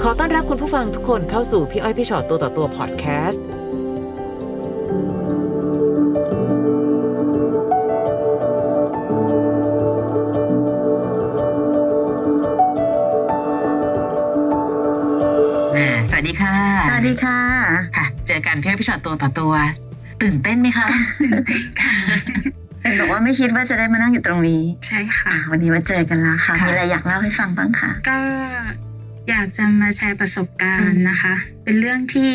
อต้อนรับคุณผู้ฟังทุกคนเข้าสู่พี่อ้อยพี่ชอตตัวต่อตัวพอดแคสต์ อ่าสวัสดีค่ะ สวัสดีค่ะ ค่ะ เจอกันพี่อ้อยพี่ชอตตัวต่อตัว ตื่นเต้นไหมคะ เห็นบอกว่าไม่คิดว่าจะได้มานั่งอยู่ตรงนี้ ใช่ค่ะ อ่ะวันนี้มาเจอกันแล้วค่ะ ค่ะ มีอะไรอยากเล่าให้ฟังบ้างคะ ก็อยากจะมาแชร์ประสบการณ์นะคะ เป็นเรื่องที่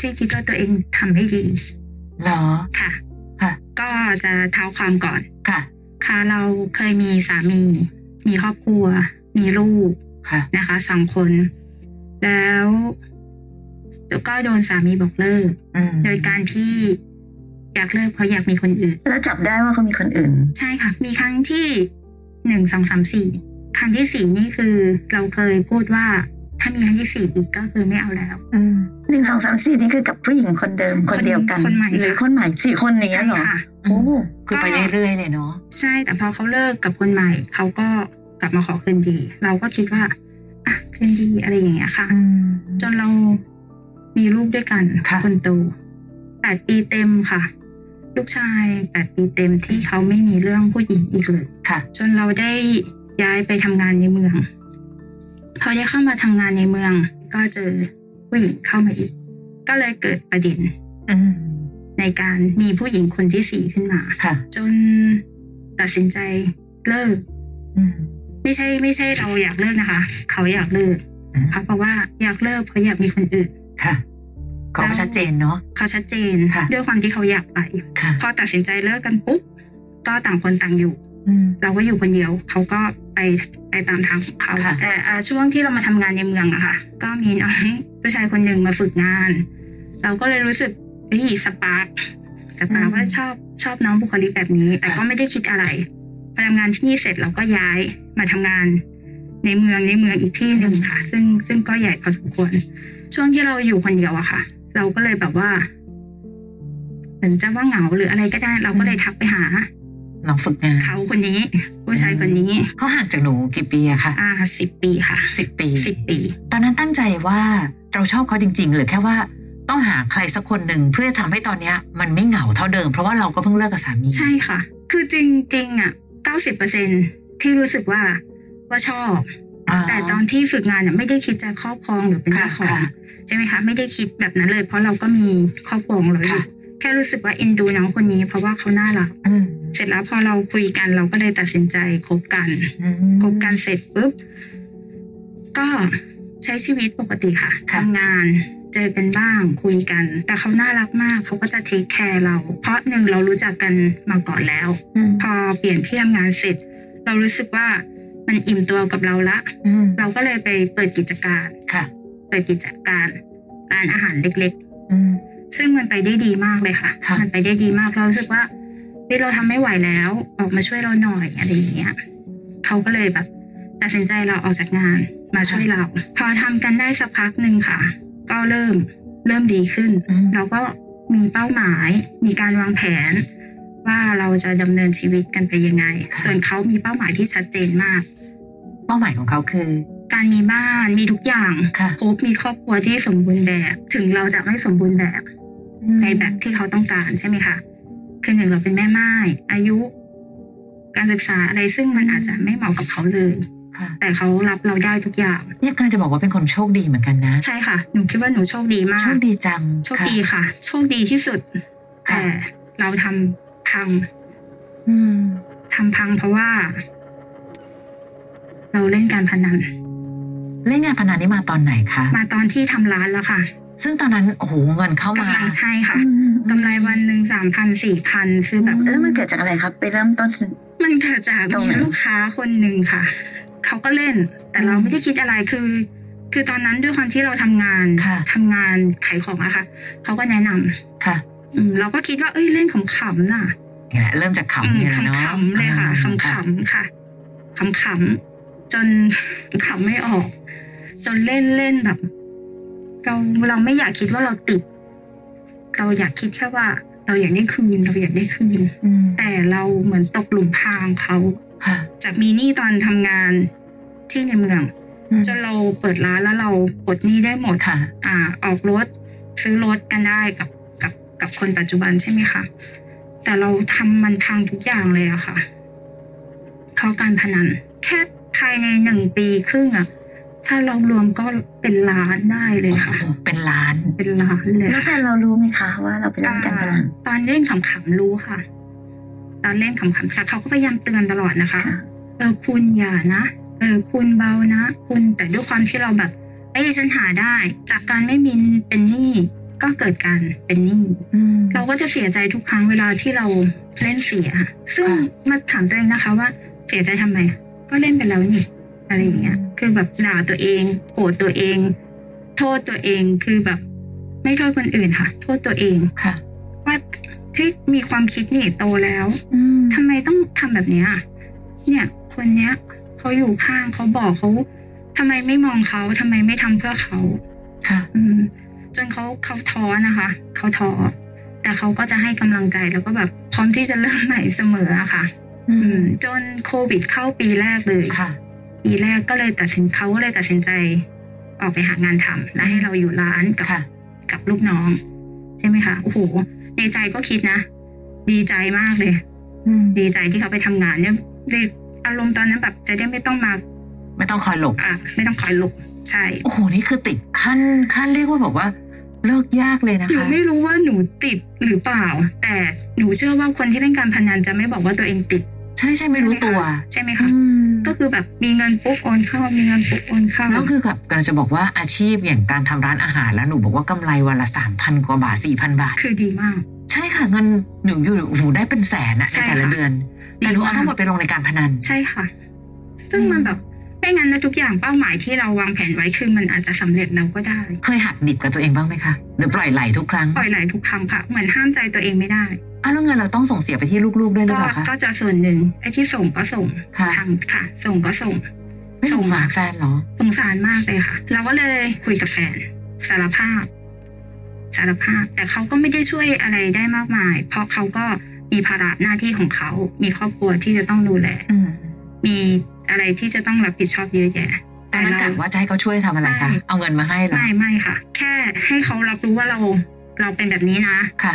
ที่คิดว่าตัวเองทำได้ดี เหรอ ค่ะ ค่ะ ก็จะเท้าความก่อน ค่ะ ค่ะ เราเคยมีสามี มีครอบครัว มีลูก ค่ะ นะคะสองคน แล้วแล้วก็โดนสามีบอกเลิก อืม โดยการที่อยากเลิกเพราะอยากมีคนอื่น แล้วจับได้ว่าเขามีคนอื่น ใช่ค่ะ มีครั้งที่หนึ่งสองสามสี่ครั้งที่สี่นี่คือเราเคยพูดว่าถ้ามีครั้งที่สี่อีกก็คือไม่เอาแล้ว อืม หนึ่งสองสามสี่นี่คือกับผู้หญิงคนเดิม คน คนเดียวกัน คนใหม่ค่ะ หรือคนใหม่สี่คนอย่างเงี้ ใช่ ยเหรอ ค่ะ โอ้ คือไปเรื่อยๆเลยเนาะ ใช่แต่พอเขาเลิกกับคนใหม่ เขาก็กลับมาขอคืนดี เราก็คิดว่าอ่ะคืนดีอะไรอย่างเงี้ยค่ะ อืม จนเรามีลูกด้วยกัน ค่ะ นโตแปดปีเต็มค่ะ ลูกชายแปดปีเต็มที่เขาไม่มีเรื่องผู้หญิงอีกเลย ค่ะ จนเราได้ย้ายไปทำงานในเมืองพอได้เข้ามาทำงานในเมือง ก็เจอผู้หญิงเข้ามาอีก ก็เลยเกิดประเด็น อืม ในการมีผู้หญิงคนที่สี่ขึ้นมา ค่ะ จนตัดสินใจเลิก อืม ไม่ใช่ไม่ใช่เราอยากเลิกนะคะ เขาอยากเลิก อืม เขาบอกว่าอยากเลิกเพราะอยากมีคนอื่น ค่ะขอให้ชัดเจนเนาะ เขาชัดเจน ค่ะ ด้วยความที่เขาอยากไป ค่ะ พอตัดสินใจเลิกกันปุ๊บก็ต่างคนต่างอยู่ อืม เราก็อยู่คนเดียวเขาก็ไปไปตามทางของเขา ค่ะ แต่อ่าช่วงที่เรามาทำงานในเมืองอะค่ะ ก็มีน้อง ผู้ชายคนหนึ่งมาฝึกงาน เราก็เลยรู้สึกเฮ้ยสปาร์กสปาร์ก อืม ว่าชอบชอบน้องบุคลิกแบบนี้ แต่ก็ไม่ได้คิดอะไรพอทำงานที่นี่เสร็จเราก็ย้ายมาทำงาน ในเมืองในเมืองอีกที่หนึ่งค่ะ ซึ่งซึ่งก็ใหญ่พอสมควร ช่วงที่เราอยู่คนเดียวอะค่ะ เราก็เลยแบบว่าเหมือนจะว่าเหงาหรืออะไรก็ได้ เราก็เลยทักไปหา ลองฝึกงาน เขาคนนี้ ผู้ชายคนนี้ เขาห่างจากหนูกี่ปีอะคะ อ่าสิบปีค่ะ สิบปี สิบปี ตอนนั้นตั้งใจว่าเราชอบเขาจริง ๆ หรือแค่ว่าต้องหาใครสักคนหนึ่งเพื่อทำให้ตอนเนี้ย มันไม่เหงาเท่าเดิม เพราะว่าเราก็เพิ่งเลิกกับสามี ใช่ค่ะ คือจริงจริงๆอ่ะเก้าสิบเปอร์เซ็นที่รู้สึกว่าว่าชอบ า แต่ตอนที่ฝึกงานเนี่ยไม่ได้คิดจะครอบครองหรือเป็นเจ้าของ ค่ะค่ะ ใช่ไหมคะ ไม่ได้คิดแบบนั้นเลย เพราะเราก็มีครอบครองเราอยู่ ค่ะ แค่รู้สึกว่าเอ็นดูน้องคนนี้ เพราะว่าเขาน่ารัก อืม เสร็จแล้วพอเราคุยกันเราก็เลยตัดสินใจคบกัน อืม คบกันเสร็จปุ๊บก็ใช้ชีวิตปกติค่ะ ค่ะ ทำงานเจอกันบ้างคุยกัน แต่เขาน่ารักมากเขาก็จะเทคแคร์เรา เพราะหนึ่งเรารู้จักกันมาก่อนแล้ว อืม พอเปลี่ยนที่ทำงานเสร็จ เรารู้สึกว่ามันอิ่มตัวกับเราละ อืม เราก็เลยไปเปิดกิจการ ค่ะ เปิดกิจการร้านอาหารเล็ก อืม ๆ ซึ่งมันไปได้ดีมากเลยค่ะ ค่ะ มันไปได้ดีมากเรารู้สึกว่าเฮ้ยเราทำไม่ไหวแล้วออกมาช่วยเราหน่อยอะไรอย่างเงี้ยเขาก็เลยแบบตัดสินใจเราออกจากงานมาช่วยเรา พอทำกันได้สักพักหนึ่งค่ะ ก็เริ่มเริ่มดีขึ้น อืม เราก็มีเป้าหมาย มีการวางแผน ว่าเราจะดำเนินชีวิตกันไปยังไง ส่วนเขามีเป้าหมายที่ชัดเจนมาก เป้าหมายของเขาคือ การมีบ้านมีทุกอย่าง ค่ะ ครบมีครอบครัวที่สมบูรณ์แบบ ถึงเราจะไม่สมบูรณ์แบบในแบบที่เขาต้องการใช่ไหมคะคือหนึ่งเราเป็นแม่ไม้อายุ การศึกษาอะไรซึ่งมันอาจจะไม่เหมาะกับเขาเลย ค่ะ แต่เขารับเราได้ทุกอย่าง เนี่ยกำลังจะบอกว่าเป็นคนโชคดีเหมือนกันนะ ใช่ค่ะ หนูคิดว่าหนูโชคดีมาก โชคดีจัง โชคดี ะ ค่ะ โชคดีที่สุด ค่ะ แต่เราทำพัง อืม ทำพังเพราะว่า เราเล่นการพนัน เล่นงานพนันนี้มาตอนไหนคะ มาตอนที่ทำร้านแล้วค่ะ ซึ่งตอนนั้นโอ้โหเงินเข้าก ำ มา ลังใช่ค่ะ อืม กำไรวันหนึ่งสามพันสี่พันซื้อแบบ แล้วมันเกิดจากอะไรครับ ไปเริ่มต้น มันเกิดจาก ตรง มี ไหน ลูกค้าคนหนึ่งค่ะ เขาก็เล่น แต่เราไม่ได้คิดอะไรคือ คือตอนนั้นด้วยความที่เราทำงาน ค่ะ ทำงานขายของอะค่ะเขาก็แนะนำ ค่ะ อืมเราก็คิดว่าเอ้ยเล่นขำๆน่ะ เนี่ยเริ่มจากขำอืม เนี่ยแหละเนาะ ขำๆเลยค่ะ อ่า ขำๆค่ะขำๆจน ขำไม่ออก จนเล่นเล่นแบบ เราเราไม่อยากคิดว่าเราติด เราอยากคิดแค่ว่า เราอยากได้คืนเราอยากได้คืน อืม แต่เราเหมือนตกหลุมพรางเขา ค่ะ จากมีหนี้ตอนทำงานที่ในเมือง อืม จนเราเปิดร้านแล้วเราปลดหนี้ได้หมด ค่ะ อ่าออกรถซื้อรถกันได้กับกับกับคนปัจจุบันใช่ไหมคะ แต่เราทำมันพังทุกอย่างเลยอะค่ะ เพราะการพนัน แค่ภายในหนึ่งปีครึ่งอะถ้าเรารวมก็เป็นล้านได้เลยค่ะ เป็นล้าน เป็นล้านเลย แล้วแฟนเรารู้ไหมคะว่าเราไปเล่นการพนัน อ่าตอนเล่นขำๆรู้ค่ะ ตอนเล่นขำๆแต่เขาก็พยายามเตือนตลอดนะคะ ค่ะ เออคุณอย่านะ เออคุณเบานะ คุณแต่ด้วยความที่เราแบบเอ้ยฉันหาได้ จากการไม่มีเป็นหนี้ก็เกิดการเป็นหนี้ อืม เราก็จะเสียใจทุกครั้งเวลาที่เราเล่นเสีย ซึ่ง ค่ะ มาถามตัวเองนะคะว่าเสียใจทำไม ก็เล่นไปแล้วนี่อะไรอย่างเงี้ย อืม คือแบบด่าตัวเองโกรธตัวเอง โทษตัวเองคือแบบ ไม่โทษคนอื่นค่ะ โทษตัวเอง ค่ะ ว่าเฮ้ยมีความคิดนี่โตแล้ว อืม ทำไมต้องทำแบบเนี้ยเนี่ย คนเนี้ยเขาอยู่ข้างเขาบอกเขาทำไมไม่มองเขาทำไมไม่ทำเพื่อเขา ค่ะ อืม จนเขาเขาท้อนะคะเขาท้อแต่เขาก็จะให้กำลังใจแล้วก็แบบพร้อมที่จะเริ่มใหม่เสมออะค่ะ อื อื ม ม จนโควิดเข้าปีแรกเลย ค่ะ ปีแรกก็เลยตัดสินเขาก็เลยตัดสินใจ ออกไปหางานทำและให้เราอยู่ร้านกับ ค่ะ กับลูกน้อง ใช่ไหมคะโอ้โหในใจก็คิดนะ ดีใจมากเลย อืม ดีใจที่เขาไปทำงานเนี่ยในอารมณ์ตอนนั้นแบบจะได้ไม่ต้องมา ไม่ต้องคอยหลบ อ่ะไม่ต้องคอยหลบใช่ โอ้โห นี่คือติดขั้นขั้นเรียกว่าบอกว่า เลิกยากเลยนะ หนู คะ ไม่รู้ว่าหนูติดหรือเปล่า แต่หนูเชื่อว่าคนที่เล่นการพนันจะไม่บอกว่าตัวเองติด ใช่ใช่ไม่รู้ตัว ใช่ไหม อื คะ ม ก็คือแบบมีเงินปุ๊บโอนเข้ามีเงินปุ๊บโอนเข้า แล้วคือกับกำลังจะบอกว่าอาชีพอย่างการทำร้านอาหารแล้วหนูบอกว่ากำไรวันละสามพันกว่าบาทสี่พันบาท คือดีมาก ใช่ค่ะเงินหนูอยู่โอ้โหได้เป็นแสนอะใน ใช่ค่ะ แต่ละเดือน แต่หนูเอาทั้งหมดไปลงในการพนัน ใช่ค่ะ ซึ่งมันแบบไม่งั้นนะทุกอย่างเป้าหมายที่เราวางแผนไว้คือมันอาจจะสำเร็จเราก็ได้ เคยหักดิบกับตัวเองบ้างไหมคะ หรือปล่อยไหลทุกครั้ง ปล่อยไหลทุกครั้งค่ะ เหมือนห้ามใจตัวเองไม่ได้ อ้าวแล้วเงินเราต้องส่งเสียไปที่ลูกๆด้วยหรือ ก็ เปล่าคะ ก็จะส่วนหนึ่งไอ้ที่ส่งก็ส่ง ค่ะ ทางค่ะ ส่งก็ส่ง ไม่สงสารแฟนเหรอ สงสารมากเลยค่ะ เราก็เลยคุยกับแฟน สารภาพ สารภาพ แต่เขาก็ไม่ได้ช่วยอะไรได้มากมาย เพราะเขาก็มีภาระหน้าที่ของเขา มีครอบครัวที่จะต้องดูแล อืม มีอะไรที่จะต้องรับผิดชอบเยอะแยะ ตอ แต่ นนั้น เรา กะว่าจะให้เขาช่วยทำอะไรคะ ไม่ เอาเงินมาให้เหรอ ไม่ไม่ค่ะ แค่ให้เขารับรู้ว่าเรา เราเป็นแบบนี้นะ ค่ะ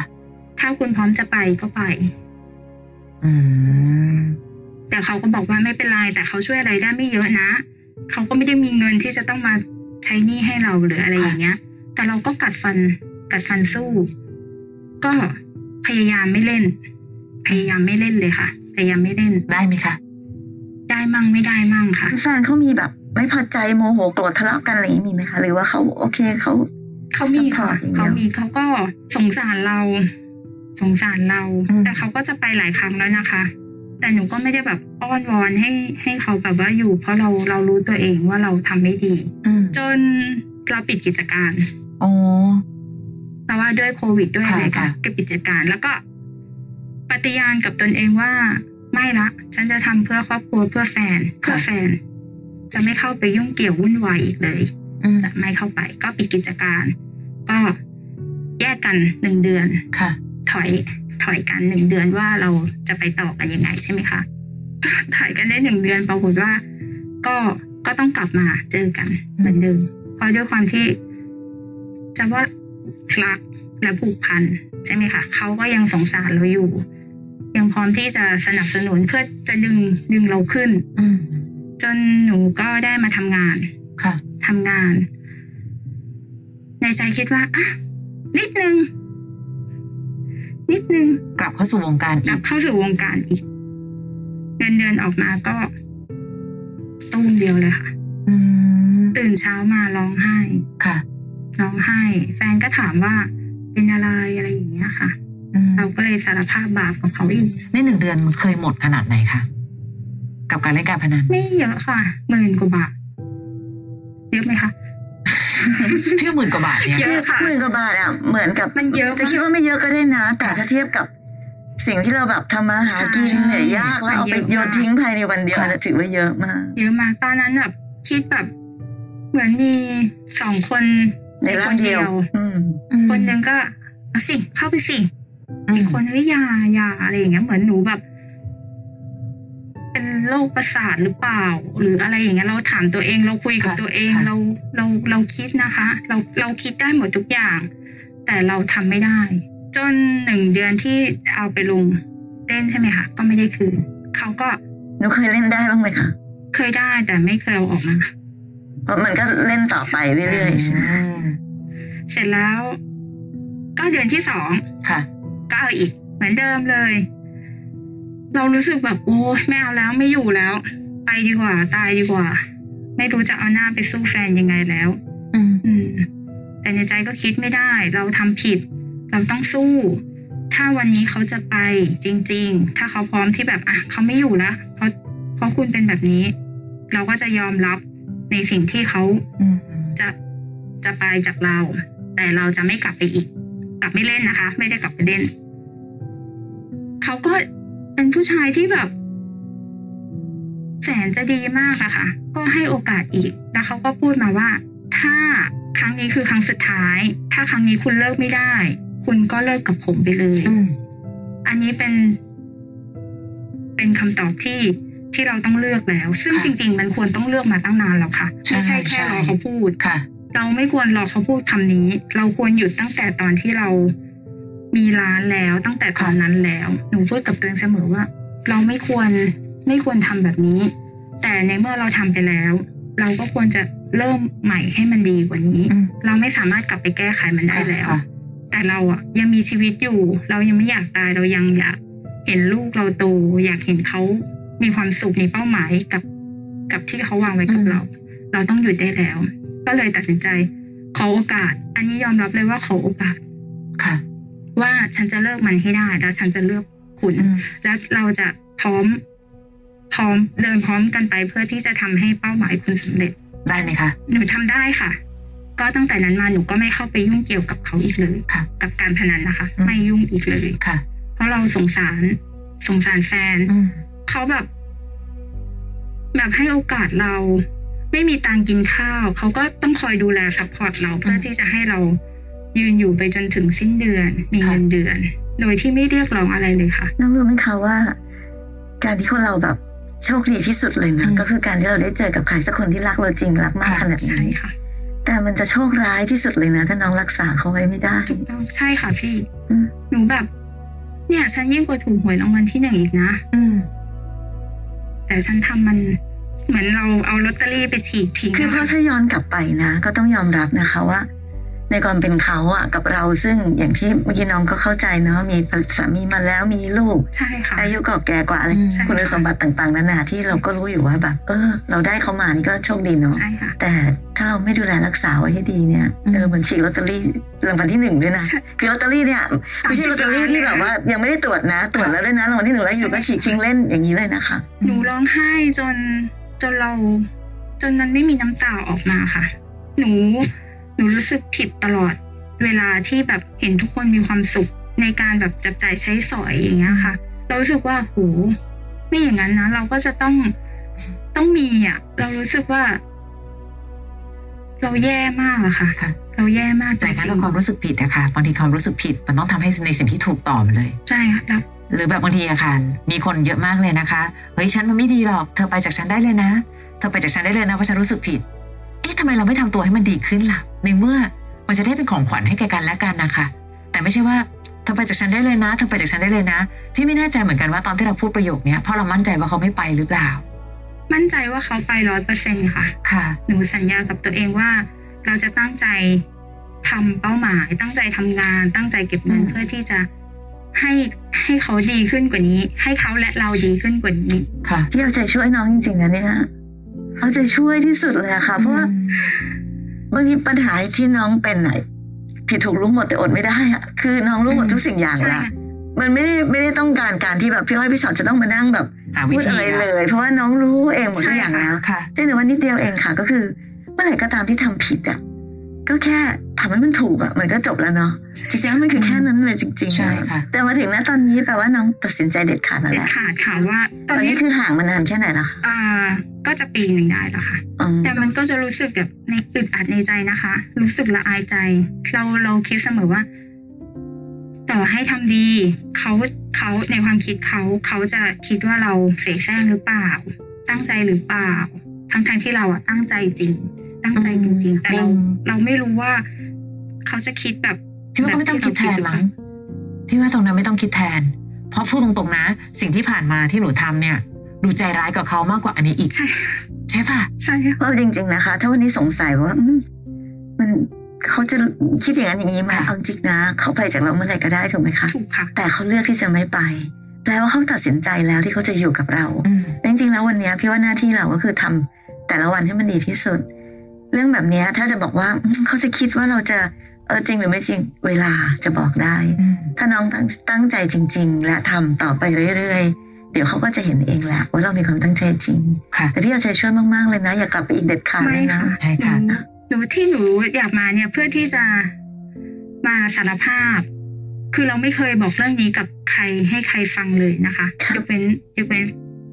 ถ้าคุณพร้อมจะไปก็ไป อืม แต่เขาก็บอกว่าไม่เป็นไร แต่เขาช่วยอะไรได้ไม่เยอะนะ เขาก็ไม่ได้มีเงินที่จะต้องมาใช้หนี้ให้เราหรืออะไรอย่างเงี้ย แต่เราก็กัดฟันกัดฟันสู้ ก็พยายามไม่เล่น พยายามไม่เล่นเลยค่ะ พยายามไม่เล่น ได้ไหมคะ ได้มั่งไม่ได้มั่งค่ะ แฟนเขามีแบบไม่พอใจโมโหโกรธทะเลาะกันอะไรอย่างนี้มีไหมคะ หรือว่าเขาโอเคเขา เขามีค่ะ Support อย่างเดียว เขามีเขาก็สงสารเรา สงสารเรา อืม แต่เขาก็จะไปหลายครั้งแล้วนะคะ แต่หนูก็ไม่ได้แบบอ้อนวอนให้ให้เขาแบบว่าอยู่ เพราะเราเรารู้ตัวเองว่าเราทำไม่ดี อืม จนเราปิดกิจการ โอ้ เพราะว่าด้วยโควิดด้วยอะไรกั ค่ะ นก็ปิดกิจการ แล้วก็ปฏิญาณกับตนเองว่า ไม่ละ ฉันจะทำเพื่อครอบครัวเพื่อแฟน เพื่อแฟน จะไม่เข้าไปยุ่งเกี่ยววุ่นวายอีกเลย อืม จะไม่เข้าไป ก็ปิดกิจการ ก็แยกกันหนึ่งเดือน ค่ะ ถอยถอยกันหนึ่งเดือนว่าเราจะไปต่อกันยังไงใช่ไหมคะ ถอยกันได้หนึ่งเดือนปรากฏว่า ก็ก็ต้องกลับมาเจอกันเหมือนเดิมเพราะด้วยความที่ จะว่ารักและผูกพันใช่ไหมคะเขาก็ยังสงสารเราอยู่ ยังพร้อมที่จะสนับสนุนเพื่อจะดึงดึงเราขึ้น อืม จนหนูก็ได้มาทำงาน ค่ะ ทำงาน ในใจคิดว่าอ่ะนิดนึง นิดนึง กลับเข้าสู่วงการ ก อี ลับ ก เข้าสู่วงการอีก เดือนเดือนออกมาก็ตุ้มเดียวเลยค่ะ อืม ตื่นเช้ามาร้องไห้ ค่ะ ร้องไห้ แฟนก็ถามว่าเป็นอะไรอะไรอย่างเงี้ยค่ะ อืม เราก็เลยสารภาพบาปกับเขาอีก ในหนึ่งเดือนมันเคยหมดขนาดไหนคะกับการเล่นการพนัน ไม่เยอะค่ะหมื่นกว่าบาทเยอะไหมคะ เที่ยวหมื่นกว่าบาทเนี่ย เยอะค่ะ หมื่นกว่าบาทอะเหมือนกับ มันเยอะมาก จะคิดว่าไม่เยอะก็ได้นะ แต่ถ้าเทียบกับสิ่งที่เราแบบทำมาหากิน ใช่ เหนื่อยยากแล้วเอาไป มันเย โย อะนมากทิ้งภายในวันเดียว ค่ะ อันนั้นถือว่าเยอะมาก เยอะมากตอนนั้นแบบคิดแบบ เหมือนมีสองคน ในร่างเดียว อืม อืม คนหนึ่งก็เอาสิเข้าไปสิ อื อี ม กคนเฮ้ยอยาอยาอะไรอย่างเงี้ยเหมือนหนูแบบ เป็น โรคประสาทหรือเปล่า หรืออะไรอย่างเงี้ยเราถามตัวเองเราคุยกับ ค่ะ ตัวเอง ค่ะ เราเราเราคิดนะคะ เราเราคิดได้หมดทุกอย่าง แต่เราทำไม่ได้ จนหนึ่งเดือนที่เอาไปลงเต้นใช่ไหมคะก็ไม่ได้คืนเขาก็ หนูเคยเล่นได้บ้างไหมคะ เคยได้แต่ไม่เคยเอาออกมา เพราะมันก็เล่นต่อไปเรื่อยๆใช่ไหม ม เสร็จแล้ว ก็เดือนที่สอง ค่ะ ก็เอาอีกเหมือนเดิมเลย เรารู้สึกแบบโอ้ยไม่เอาแล้วไม่อยู่แล้ว ไปดีกว่า ตายดีกว่า ไม่รู้จะเอาหน้าไปสู้แฟนยังไงแล้ว อืม อืม แต่ในใจก็คิดไม่ได้ เราทำผิด เราต้องสู้ ถ้าวันนี้เขาจะไปจริง ๆ ถ้าเขาพร้อมที่แบบอ่ะเขาไม่อยู่ละเพราะเพราะคุณเป็นแบบนี้ เราก็จะยอมรับในสิ่งที่เขา อืม จะจะไปจากเรา แต่เราจะไม่กลับไปอีก กลับไม่เล่นนะคะ ไม่ได้กลับไปเล่นเขาก็เป็นผู้ชายที่แบบ แสนจะดีมากอะค่ะ ก็ให้โอกาสอีก แล้วเขาก็พูดมาว่า ถ้าครั้งนี้คือครั้งสุดท้าย ถ้าครั้งนี้คุณเลิกไม่ได้ คุณก็เลิกกับผมไปเลย อืม อันนี้เป็น เป็นคำตอบที่ที่เราต้องเลือกแล้ว ซึ่งจริง ๆ มันควรต้องเลือกมาตั้งนานแล้วค่ะไม่ใช่แค่รอเขาพูด ค่ะ เราไม่ควรรอเขาพูดคำนี้ เราควรหยุดตั้งแต่ตอนที่เรามีร้านแล้ว ตั้งแต่ตอนนั้นแล้ว หนูพูดกับตัวเองเสมอว่า เราไม่ควรไม่ควรทำแบบนี้ แต่ในเมื่อเราทำไปแล้ว เราก็ควรจะเริ่มใหม่ให้มันดีกว่านี้ อืม เราไม่สามารถกลับไปแก้ไขมันได้แล้ว ค่ะ แต่เราอะยังมีชีวิตอยู่ เรายังไม่อยากตายเรายังอยากเห็นลูกเราโตอยากเห็นเขามีความสุขมีเป้าหมายกับกับที่เขาวางไว้กับเรา เราต้องหยุดได้แล้ว ก็เลยตัดสินใจ ขอโอกาส อันนี้ยอมรับเลยว่าขอโอกาส ค่ะ ว่าฉันจะเลิกมันให้ได้ แล้วฉันจะเลือกคุณ อืม แล้วเราจะพร้อม พร้อมเดินพร้อมกันไปเพื่อที่จะทำให้เป้าหมายคุณสำเร็จ ได้ไหมคะ หนูทำได้ค่ะ ก็ตั้งแต่นั้นมาหนูก็ไม่เข้าไปยุ่งเกี่ยวกับเขาอีกเลย ค่ะ กับการพนันนะคะ อืม ไม่ยุ่งอีกเลย ค่ะ เพราะเราสงสารสงสารแฟน อืม เขาแบบ แบบให้โอกาสเรา ไม่มีตังค์กินข้าว เขาก็ต้องคอยดูแลซัพพอร์ตเราเพื่อที่จะให้เรายืนอยู่ไปจนถึงสิ้นเดือน มีเงินเดือน โดยที่ไม่เรียกร้องอะไรเลยค่ะ น้องรู้ไหมคะว่า การที่คนเราแบบโชคดีที่สุดเลยนะ อืม ก็คือการที่เราได้เจอกับใครสักคนที่รักเราจริงรักมากขนาด ใช่ นี้ ค่ะ แต่มันจะโชคร้ายที่สุดเลยนะ ถ้าน้องรักษาเขาไว้ไม่ได้ ถูกต้องใช่ค่ะพี่ อืม หนูแบบ เนี่ย ฉันยิ่งกว่าถูกหวยรางวัลที่หนึ่งอีกนะ อืม แต่ฉันทำมันเหมือนเราเอาลอตเตอรี่ไปฉีกทิ้ง คือเพราะถ้าย้อนกลับไปนะ ก็ต้องยอมรับนะคะว่า ในความเป็นเขาอะกับเราซึ่งอย่างที่เมื่อกี้น้องก็เข้าใจเนาะมีสามีมาแล้วมีลูก ใช่ค่ะ อายุก็แก่กว่าอะไร อืม คุณสมบัติต่างๆนานาที่เราก็รู้อยู่ว่าแบบ เออ เราได้เขามานี่ก็โชคดีเนาะ ใช่ค่ะ แต่ถ้าเราไม่ดูแลรักษาไว้ให้ดีเนี่ย อืม เออเหมือนฉีกลอตเตอรี่รางวัลที่หนึ่งด้วยนะ ใช่ คือลอตเตอรี่เนี่ยไม่ใช่ 30 ลอตเตอรี่ที่แบบว่า ยังไม่ได้ตรวจนะ ตรวจแล้วด้วยนะรางวัลที่หนึ่งแล้วอยู่ ใช่ ก็ฉีกทิ้งเล่นอย่างนี้เลยนะคะ หนูร้องไห้จนจนเราจนมันไม่มีน้ำตาออกมาค่ะ หนูหนูรู้สึกผิดตลอด เวลาที่แบบเห็นทุกคนมีความสุขในการแบบจับจ่ายใช้สอยอย่างเงี้ยค่ะ เรารู้สึกว่าโหไม่อย่างนั้นนะเราก็จะต้องต้องมีอ่ะ เรารู้สึกว่า เราแย่มากอะค่ะ ค่ะ เราแย่มากจ ใจ ริ กัน ง กับความรู้สึกผิดนะคะบางทีความรู้สึกผิดมันต้องทำให้ในสิ่งที่ถูกต่อมาเลย ๆใช่ค่ะแล้ว หรือแบบบางทีอะค่ะ มีคนเยอะมากเลยนะคะ เฮ้ยฉันมันไม่ดีหรอก เธอไปจากฉันได้เลยนะ เธอไปจากฉันได้เลยนะเพราะฉันรู้สึกผิด เอ๊ะทำไมเราไม่ทำตัวให้มันดีขึ้นล่ะ ในเมื่อมันจะได้เป็นของขวัญให้แก่กันและกันนะคะ แต่ไม่ใช่ว่าเธอไปจากฉันได้เลยนะ เธอไปจากฉันได้เลยนะ พี่ไม่แน่ใจเหมือนกันว่าตอนที่เราพูดประโยคเนี้ยเพราะเรามั่นใจว่าเขาไม่ไปหรือเปล่า มั่นใจว่าเขาไปร้อยเปอร์เซ็นค่ะ ค่ะ หนูสัญญากับตัวเองว่าเราจะตั้งใจทำเป้าหมาย ตั้งใจทำงาน ตั้งใจเก็บเงิน อืม เพื่อที่จะให้ให้เขาดีขึ้นกว่านี้ ให้เขาและเราดีขึ้นกว่านี้ ค่ะ พี่เอาใจช่วยน้องจริงๆนะเนี่ยเอาใจช่วยที่สุดเลยอะค่ะเพราะว่า บางทีปัญหาที่น้องเป็นไหนะผิดถูกรู้หมดแต่อดไม่ได้อะคือน้องรู้หมด อืม ทุกสิ่งอย่าง ใช่ ละ ค่ะ มันไม่ได้ไม่ได้ต้องการการที่แบบพี่อ้อยพี่ชอตจะต้องมานั่งแบบ หาวิ พูด ธี อะไรเลย เพราะว่าน้องรู้เองหมดทุกอย่างแล้ว ค่ะ เพียงแต่ว่านิดเดียวเองค่ะ ก็คือ เมื่อไหร่ก็ตามที่ทำผิดอ่ะก็แค่ทำให้มันถูกอ่ะมันก็จบแล้วเนาะจริงๆแล้วมันคือแค่นั้นเลยจริงๆ ใช่ อะ ค่ะ แต่มาถึงณตอนนี้แปลว่าน้องตัดสินใจเด็ดขาดแล้ว เด็ แห ด ละ ขาดค่ะว่า ต ต อ อน น นี้ นี้ คือห่างมานานแค่ไหนล่ะ อ่าก็จะปีหนึ่งได้แล้วค่ะ อืม แต่มันก็จะรู้สึกแบบในอึดอัดในใจนะคะ รู้สึกละอายใจ เราเราคิดเสมอว่า ต่อให้ทำดี เขา เขาในความคิดเขาเขาจะคิดว่าเราเสแสร้งหรือเปล่า ตั้งใจหรือเปล่า ทั้งทงๆที่เราอะตั้งใจจริง ตั้งใจจริง ๆ แต่เรา อืม เราไม่รู้ว่า เขาจะคิดแบบ พี่ว่าก็ไม่ต้องคิดแทนมั้งพี่ว่าตรงนั้นไม่ต้องคิดแทน เพราะพูดตรงๆนะ สิ่งที่ผ่านมาที่หนูทำเนี่ยหนูใจร้ายกับเขามากกว่าอันนี้อีก ใช่ ใช่ป่ะ ใช่ค่ะ เพราะจริง ๆ นะคะ ถ้าวันนี้สงสัยว่าอืมมันเขาจะคิดอย่างนั้นอย่างนี้ไหมา ค่ะ เอาจริงนะเขาไปจากเราเมื่อไหร่ก็ได้ถูกไหมคะ ถูกค่ะ แต่เขาเลือกที่จะไม่ไป แปลว่าเขาตัดสินใจแล้วที่เขาจะอยู่กับเรา อืม จริงๆแล้ววันเนี้ยพี่ว่าหน้าที่เราก็คือทำแต่ละวันให้มันดีที่สุด เรื่องแบบเนี้ยถ้าจะบอกว่าอืมเขาจะคิดว่าเราจะเออจริงหรือไม่จริง เวลาจะบอกได้ อืม ถ้าน้องตั้งตั้งใจจริง ๆ และทำต่อไปเรื่อยๆ เดี๋ยวเขาก็จะเห็นเองแหละว่าเรามีความตั้งใจจริง ค่ะ แต่พี่เอาใจช่วยมากๆเลยนะ อย่ากลับไปอีกเด็ดขาดเลย ไม่ นะ ค่ะ ใช่ค่ะ หนูหนูที่หนูอยากมาเนี่ยเพื่อที่จะมาสารภาพ คือเราไม่เคยบอกเรื่องนี้กับใครให้ใครฟังเลยนะคะยกเว้นยกเว้น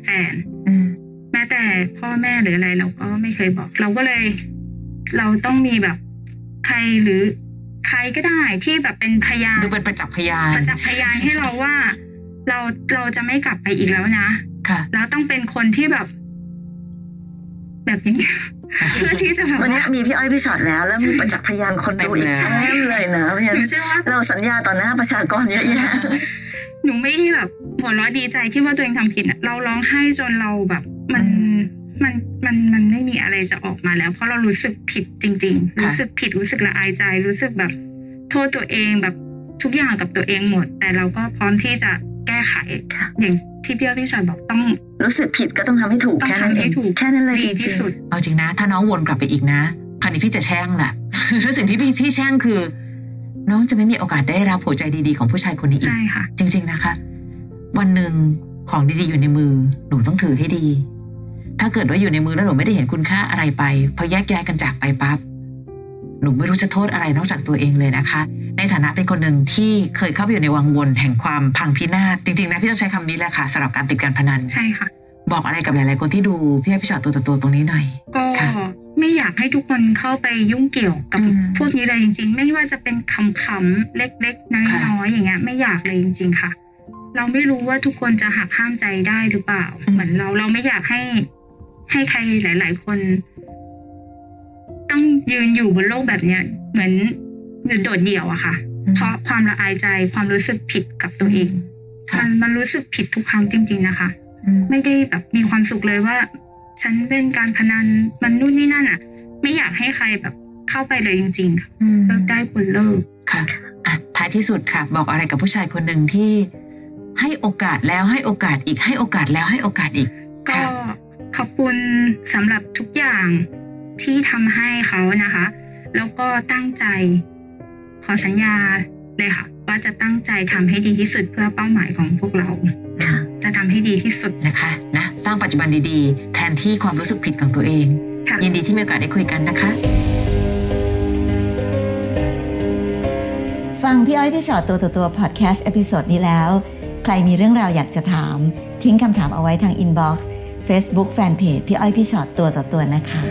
แฟน อืม แม้แต่พ่อแม่หรืออะไร เราก็ไม่เคยบอก เราก็เลย เราต้องมีแบบใครหรือใครก็ได้ที่แบบเป็นพยาน ดูเป็นประจักษ์พยาน ประจักษ์พยานให้เราว่า เราเราจะไม่กลับไปอีกแล้วนะ ค่ะ แล้วต้องเป็นคนที่แบบ แบบนี้ เพื่อที่จะแบบ วัน ว่า เนี้ยมีพี่อ้อยพี่ช็อตแล้ว แล้วมีประจักษ์พยานคนดูอีก เต็ แช่ มแล้ว มเลยนะเพราะฉะ ห นั้ นู น เชื่อว่า เราสัญญาต่อหน้าประชากรเยอะแยะ หนูไม่ได้แบบหัวเร้อดีใจที่ว่าตัวเองทำผิดอะเราร้องไห้จนเราแบบ มัน อืม มันมันมันไม่มีอะไรจะออกมาแล้ว เพราะเรารู้สึกผิดจริง ๆ ค่ะ รู้สึกผิดรู้สึกละอายใจ รู้สึกแบบ โทษตัวเองแบบทุกอย่างกับตัวเองหมด แต่เราก็พร้อมที่จะแก้ไข ค่ะ อย่างที่พี่อ้อยพี่ชอยบอกต้อง รู้สึกผิดก็ต้องทำให้ถูก ต้อง แค่นั้น ทำ เอ ให้ ง ถูก แค่นั้นเลยจ ดี ริ ที่ ง สุด เอาจริงนะ ถ้าน้องวนกลับไปอีกนะคราวนี้พี่จะแช่งแหละ สิ่งที่พี่พี่แช่งคือ น้องจะไม่มีโอกาสได้รับหัวใจดีๆของผู้ชายคนนี้อีก ใช่ค่ะ จริง ๆ นะคะ วันหนึ่งของดีๆอยู่ในมือ หนูต้องถือให้ดี ถ้าเกิดว่าอยู่ในมือแล้วหนูไม่ได้เห็นคุณค่าอะไรไปพอแยกย้ายกันจากไปปั๊บหนูไม่รู้จะโทษอะไรนอกจากตัวเองเลยนะคะ ในฐานะเป็นคนหนึ่งที่เคยเข้าไปอยู่ในวังวนแห่งความพังพินาศจริง ๆ นะพี่ต้องใช้คำนี้แหละค่ะสำหรับการติดการพนัน ใช่ค่ะ บอกอะไรกับหลาย ๆ คนที่ดูพี่ให้พี่ชอตตัวต่อตัวตรงนี้หน่อย ก็ ค่ะ ไม่อยากให้ทุกคนเข้าไปยุ่งเกี่ยวกับ อืม พวกนี้เลยจริง ๆ ไม่ว่าจะเป็นคำคำๆเล็กๆ ค่ะ น้อยๆอย่างเงี้ยไม่อยากเลยจริง ๆ ค่ะ เราไม่รู้ว่าทุกคนจะหักห้ามใจได้หรือเปล่า เหมือนเราเราไม่อยากให้ ให้ใครหลาย ๆ คน ต้องยืนอยู่บนโลกแบบเนี้ย เหมือนเหมือนโดดเดี่ยวอะค่ะ เพราะความละอายใจความรู้สึกผิดกับตัวเอง ค่ะ มันมันรู้สึกผิดทุกครั้งจริง ๆ นะคะ อืม ไม่ได้แบบมีความสุขเลยว่า ฉันเล่นการพนันมันนู่นนี่นั่นอ่ะ ไม่อยากให้ใครแบบเข้าไปเลยจริงๆค่ะเลิกได้ควรเลิก ค่ะอ่ะ ท้ายที่สุดค่ะ บอกอะไรกับผู้ชายคนหนึ่งที่ ให้โอกาสแล้วให้โอกาสอีกให้โอกาสแล้วให้โอกาสอีก ก็ ค่ะ ขอบคุณสำหรับทุกอย่างที่ทำให้เขานะคะ แล้วก็ตั้งใจ ขอสัญญาเลยค่ะ ว่าจะตั้งใจทำให้ดีที่สุดเพื่อเป้าหมายของพวกเรา ๆค่ะ จะทำให้ดีที่สุด นะคะนะสร้างปัจจุบันดีๆ แทนที่ความรู้สึกผิดของตัวเอง ค่ะ ยินดีที่มีโอกาสได้คุยกันนะคะ ฟังพี่อ้อยพี่ชอตตัวต่อตัวพอดแคสต์เอพิโซดนี้แล้ว ใครมีเรื่องราวอยากจะถาม ทิ้งคำถามเอาไว้ทางอินบ็อกซ์เฟซบุ๊กแฟนเพจพี่อ้อยพี่ชอตตัวต่อตัวนะคะ